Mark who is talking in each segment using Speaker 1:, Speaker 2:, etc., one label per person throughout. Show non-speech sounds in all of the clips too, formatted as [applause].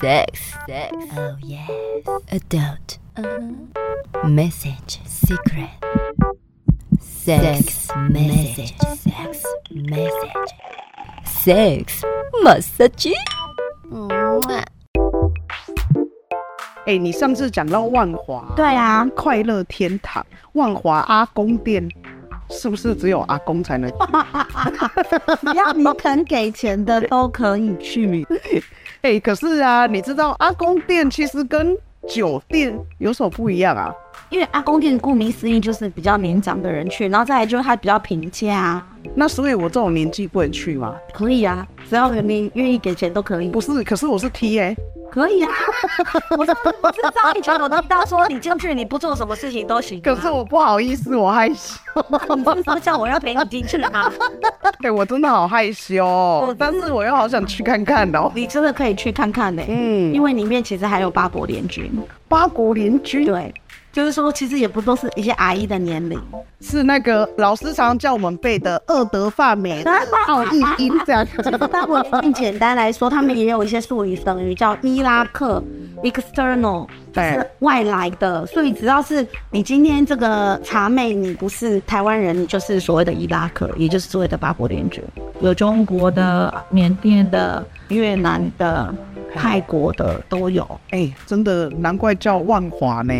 Speaker 1: Sex, sex. Oh yes. Uh-huh. Adult. Message, secret. Sex, message, sex, message. Sex, massage.
Speaker 2: 哎、你上次讲到万华
Speaker 3: 对啊，
Speaker 2: 快乐天堂，万华阿公店，是不是只有阿公
Speaker 3: [laughs]
Speaker 2: 才能？
Speaker 3: 只 [laughs] 要你肯给钱的都可以去。
Speaker 2: 哎、可是啊，你知道阿公店其实跟酒店有什么不一样啊？
Speaker 3: 因为阿公店顾名思义就是比较年长的人去，然后再来就是它比较平价啊，
Speaker 2: 那所以我这种年纪不能去吗？
Speaker 3: 可以啊，只要你愿意给钱都可以，
Speaker 2: 不是，可是我是 T 哎、
Speaker 3: 可以啊。 [laughs] 我上次不是上一群有听到说你进去你不做什么事情都行、啊，
Speaker 2: 可是我不好意思，我害
Speaker 3: [laughs]
Speaker 2: 羞。
Speaker 3: 你是说叫我要陪你啊进去吗？
Speaker 2: 对我真的好害羞哦，但是我又好想去看看哦。
Speaker 3: 你真的可以去看看呢、
Speaker 2: 嗯
Speaker 3: 因，为里面其实还有八国联军，
Speaker 2: 八国联军
Speaker 3: 对，就是说其实也不都是一些阿姨的年龄，
Speaker 2: 是那个老师常叫我们背的二德法美奥义音这样。
Speaker 3: [laughs] 那我更简单来说，他们也有一些术语等于叫伊拉克 external，
Speaker 2: 对
Speaker 3: 是外来的。所以只要是你今天这个茶妹，你不是台湾人，你就是所谓的伊拉克，也就是所谓的八国联军，有中国的、缅甸的、越南的、泰国的都有。
Speaker 2: 哎、真的难怪叫万华呢，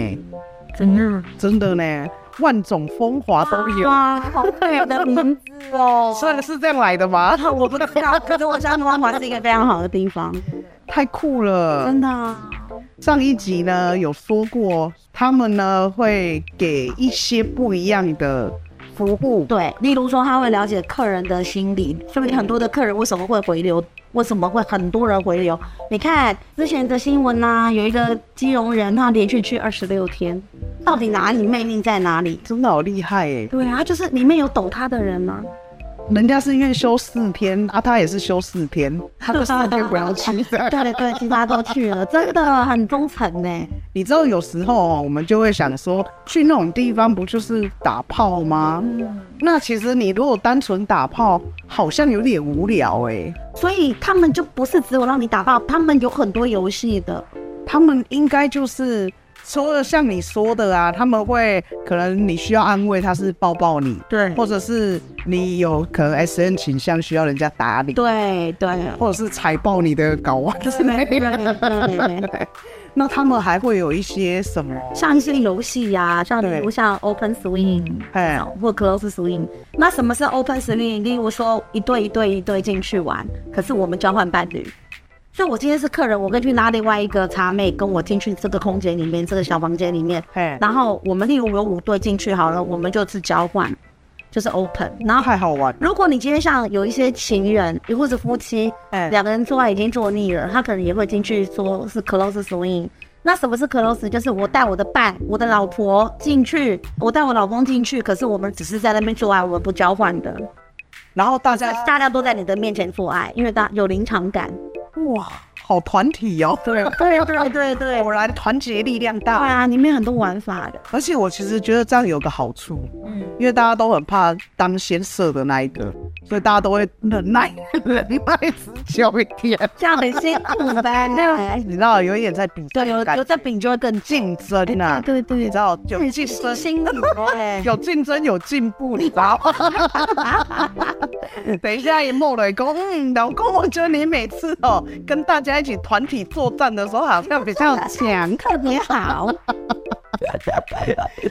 Speaker 3: 真的
Speaker 2: 真的呢，万种风华都有，
Speaker 3: [laughs] 哇，好美的名字 [laughs] 哦！
Speaker 2: 算是这样来的吗？
Speaker 3: 我不知道，可是我相信万华是一个非常好的地方，
Speaker 2: 太酷了！
Speaker 3: 真的啊。
Speaker 2: 上一集呢有说过，他们呢会给一些不一样的服务，
Speaker 3: 对，例如说他会了解客人的心理，所以很多的客人为什么会回流？为什么会很多人回流？你看之前的新闻呐、有一个基隆人他连续去二十六天，到底哪里魅力在哪里？
Speaker 2: 真的好厉害哎、
Speaker 3: 对啊，就是里面有懂他的人啊，
Speaker 2: 人家是因为休四天啊，他也是休四天，他就四天不要去
Speaker 3: 对对对，其他都去了，真的很忠诚呢、
Speaker 2: 你知道有时候哦我们就会想说，去那种地方不就是打炮吗？
Speaker 3: 嗯
Speaker 2: 那其实你如果单纯打炮，好像有点无聊哎、
Speaker 3: 所以他们就不是只有让你打炮，他们有很多游戏的，
Speaker 2: 他们应该就是除了像你说的啊，他们会可能你需要安慰，他是抱抱你，
Speaker 3: 对
Speaker 2: 或者是你有可能 S N 倾向需要人家打理，
Speaker 3: 对对，
Speaker 2: 或者是踩爆你的睾
Speaker 3: [laughs]
Speaker 2: 丸之类的。那他们还会有一些什么？
Speaker 3: 像一些游戏呀，像比
Speaker 2: 对
Speaker 3: 如像 Open Swing，
Speaker 2: 哎，
Speaker 3: 或 Close Swing。那什么是 Open Swing？例如说一对一对一对进去玩，可是我们交换伴侣。所以我今天是客人，我跟去拉另外一个茶妹跟我进去这个空间里面，这个小房间里面，
Speaker 2: 嘿，
Speaker 3: 然后我们例如有五对进去好了，我们就是交换，就是 Open。然后
Speaker 2: 太好玩。
Speaker 3: 如果你今天像有一些情人或者夫妻，
Speaker 2: 哎，
Speaker 3: 两个人做爱已经做腻了，他可能也会进去说是 close swing。那什么是 close？就是我带我的伴、我的老婆进去，我带我老公进去，可是我们只是在那边做爱，我们不交换的，
Speaker 2: 然后大家
Speaker 3: 大家都在你的面前做爱，因为大有临场感。
Speaker 2: 哇，好团体哦。对，
Speaker 3: [laughs] 对对对对，
Speaker 2: 果然团结力量
Speaker 3: 对
Speaker 2: 大。
Speaker 3: 啊，里面很多玩法的。
Speaker 2: 而且我其实觉得这样有个好处，
Speaker 3: 嗯，
Speaker 2: 因为大家都很怕当先射的那一个，所以大家都会忍耐忍耐持久一点。
Speaker 3: 这样很辛苦呗。对
Speaker 2: 你知道，有一点在比
Speaker 3: 对，有
Speaker 2: 感
Speaker 3: 有在饼就会更近。
Speaker 2: 竞争呐、
Speaker 3: 哎对对
Speaker 2: 你知道有
Speaker 3: 对，
Speaker 2: 竞争，
Speaker 3: 辛苦哎。
Speaker 2: 有竞争有进步，你知道吗？
Speaker 3: [laughs]
Speaker 2: 等一下，莫雷公，嗯，老公，我觉得你每次哦跟大家一起团体作战的时候，好像比较强。
Speaker 3: 特别好，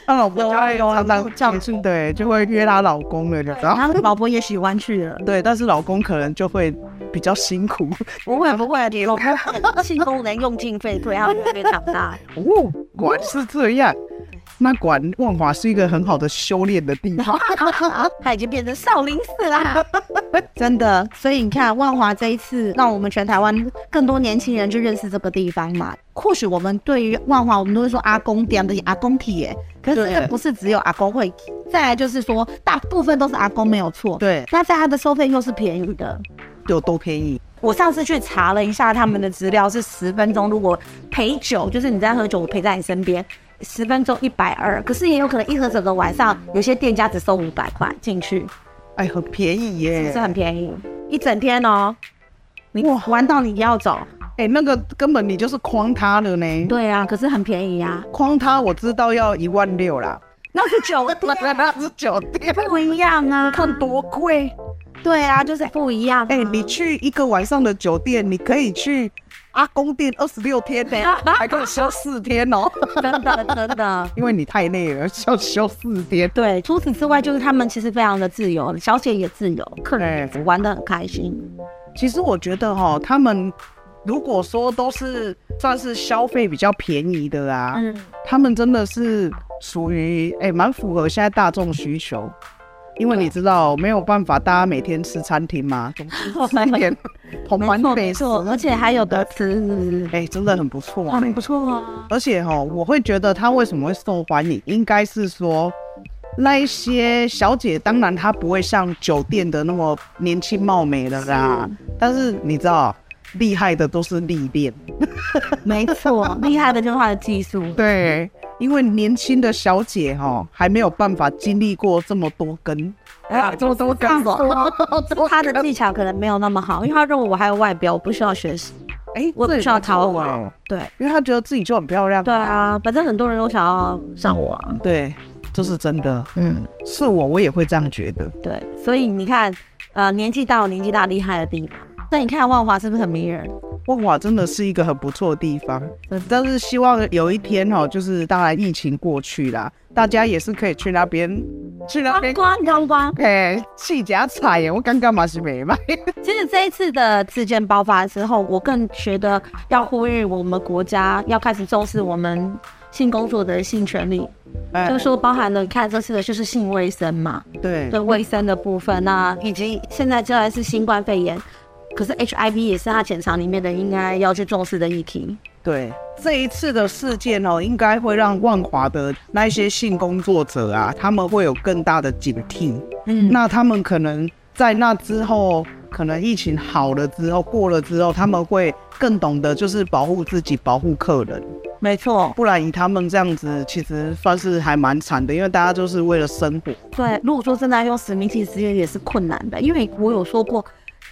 Speaker 2: 她老婆哎呦，常常
Speaker 3: 这样
Speaker 2: 子，对，就会约她老公了，你知道
Speaker 3: 然？后老婆也喜欢去了。
Speaker 2: 对，但是老公可能就会比较辛苦。 [laughs]
Speaker 3: 不会不会，你老公性功能用尽废退，他会被长 [laughs] 大。
Speaker 2: 哦，果然是这样。那果然万华是一个很好的修炼的地方。
Speaker 3: 他已经变成少林寺啦， [laughs] 真的。所以你看，万华这一次让我们全台湾更多年轻人去认识这个地方嘛。或许我们对于万华，我们都会说阿公店的阿公体耶，可是这
Speaker 2: 对
Speaker 3: 个不是只有阿公会。再来就是说，大部分都是阿公没有错，。
Speaker 2: 对，
Speaker 3: 那在它的收费又是便宜的，
Speaker 2: 有多便宜？
Speaker 3: 我上次去查了一下他们的资料，是十分钟。如果陪酒，就是你在喝酒，我陪在你身边，十分钟一百二。可是也有可能一盒整个晚上，有些店家只收五百块进去，
Speaker 2: 哎，很便宜
Speaker 3: 是不是
Speaker 2: 耶！
Speaker 3: 很便宜？一整天哦，你
Speaker 2: 哇
Speaker 3: 玩到你要走，
Speaker 2: 哎、那个根本你就是诓他了呢。
Speaker 3: 对啊，可是很便宜啊，
Speaker 2: 诓他我知道要一万六啦，
Speaker 3: 那是 [laughs] 九个
Speaker 2: 那那是酒店。
Speaker 3: 不一样啊，
Speaker 2: 看多贵！
Speaker 3: 对啊，就是不一样、啊。
Speaker 2: 哎、你去一个晚上的酒店，你可以去阿公店二十六天呢、 [laughs] 还可以休四天哦，
Speaker 3: 真 [laughs] 的真的。
Speaker 2: 因为你太累了，要休四天。 [laughs]
Speaker 3: 对，除此之外，就是他们其实非常的自由，小姐也自由，客人也玩的很开心。
Speaker 2: 其实我觉得哈，他们如果说都是算是消费比较便宜的啊，
Speaker 3: [laughs] 嗯，
Speaker 2: 他们真的是属于哎蛮符合现在大众需求，因为你知道没有办法，大家每天吃餐厅嘛，总之吃一点同
Speaker 3: [laughs] 没
Speaker 2: 环
Speaker 3: 错
Speaker 2: 美
Speaker 3: 没
Speaker 2: 食，
Speaker 3: 错，而且还有的吃，
Speaker 2: 哎、真的很不错、
Speaker 3: 哇，很不错啊。
Speaker 2: 而且哈、我会觉得它为什么会受欢迎，应该是说那一些小姐，当然她不会像酒店的那么年轻貌美的啦，但是你知道。厉害的都是历练，
Speaker 3: 没 [laughs] 错，厉害的就是他的技术。
Speaker 2: 对，因为年轻的小姐哈、还没有办法经历过这么多根，
Speaker 3: 哎，这么多干什 [laughs] 他的技巧可能没有那么好，因为他认为我还有外表，我不需要学习，
Speaker 2: 哎、
Speaker 3: 我
Speaker 2: 这
Speaker 3: 不需要讨
Speaker 2: 不错
Speaker 3: 我
Speaker 2: 哎。
Speaker 3: 对
Speaker 2: 因为她觉得自己就很漂亮，
Speaker 3: 对啊，反正很多人都想要上我啊。
Speaker 2: 对，这是真的，
Speaker 3: 嗯，
Speaker 2: 是我我也会这样觉得，
Speaker 3: 对，所以你看，呃，年纪大有年纪大厉害的地方。那你看万华是不是很迷人？
Speaker 2: 万华真的是一个很不错的地方嗯
Speaker 3: 真的，
Speaker 2: 但是希望有一天哦，就是当然疫情过去啦，大家也是可以去那边，去那边，
Speaker 3: 光光光。
Speaker 2: 哎、去家菜耶，我刚刚嘛是没
Speaker 3: [laughs]
Speaker 2: 卖，
Speaker 3: 其实这一次的事件爆发之后，我更觉得要呼吁我们国家要开始重视我们性工作者的性权利，
Speaker 2: 哎
Speaker 3: 就是说包含了你看这次的就是性卫生嘛，
Speaker 2: 对
Speaker 3: 对卫生的部分那以及现在就然是新冠肺炎，可是 HIV 也是它潜藏里面的应该要去重视的议题。
Speaker 2: 对，这一次的事件哦，应该会让万华的那一些性工作者啊，他们会有更大的警惕，
Speaker 3: 嗯
Speaker 2: 那他们可能在那之后，可能疫情好了之后，过了之后，他们会更懂得就是保护自己，保护客人。
Speaker 3: 没错，
Speaker 2: 不然以他们这样子，其实算是还蛮惨的，因为大家就是为了生活。
Speaker 3: 对，如果说真的要用实名制资源也是困难的，因为我有说过，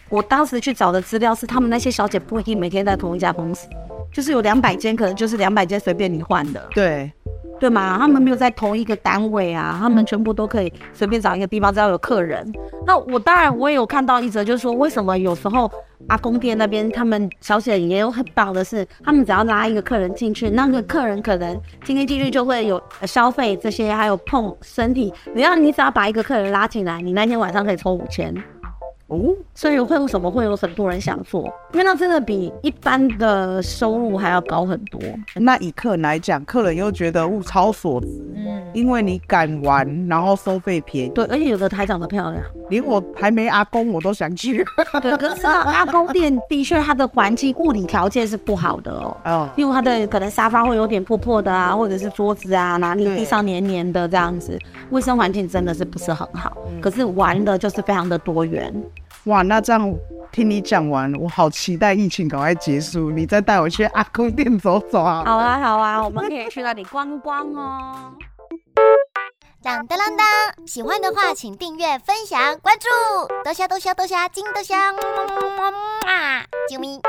Speaker 3: 我当时去找的资料是他们那些小姐不一定每天在同一家公司，就是有两百间，可能就是两百间随便你换的，
Speaker 2: 对
Speaker 3: 对吗？他们没有在同一个单位啊，他们全部都可以随便找一个地方，只要有客人。那我当然我也有看到一则，就是说为什么有时候阿公店那边他们小姐也有很棒的是，他们只要拉一个客人进去，那个客人可能今天进去就会有呃消费这些，还有碰身体。只要你只要把一个客人拉进来，你那天晚上可以抽五千。
Speaker 2: 哦，
Speaker 3: 所以会为什么会有很多人想做？因为那真的比一般的收入还要高很多。
Speaker 2: 那以客人来讲，客人又觉得物超所值，
Speaker 3: 嗯，
Speaker 2: 因为你敢玩，然后收费便宜，
Speaker 3: 对，而且有的还长得漂亮。
Speaker 2: 连我还没阿公我都想去。
Speaker 3: 对，可是 [laughs] 啊阿公店的确它的环境物理条件是不好的哦。
Speaker 2: 哦，
Speaker 3: 因为它的可能沙发会有点破破的啊，或者是桌子啊，哪里
Speaker 2: 对
Speaker 3: 地上黏黏的这样子，卫生环境真的是不是很好。可是玩的就是非常的多元，
Speaker 2: [laughs] 哇，那这样听你讲完，我好期待疫情赶快结束，你再带我去阿公店走走啊。
Speaker 3: 好啊好啊，我们可以去那里观光哦。
Speaker 4: 当当当当！喜欢的话，请订阅、分享、关注，多虾多虾多虾，金多虾，么么么么么啊！啾咪。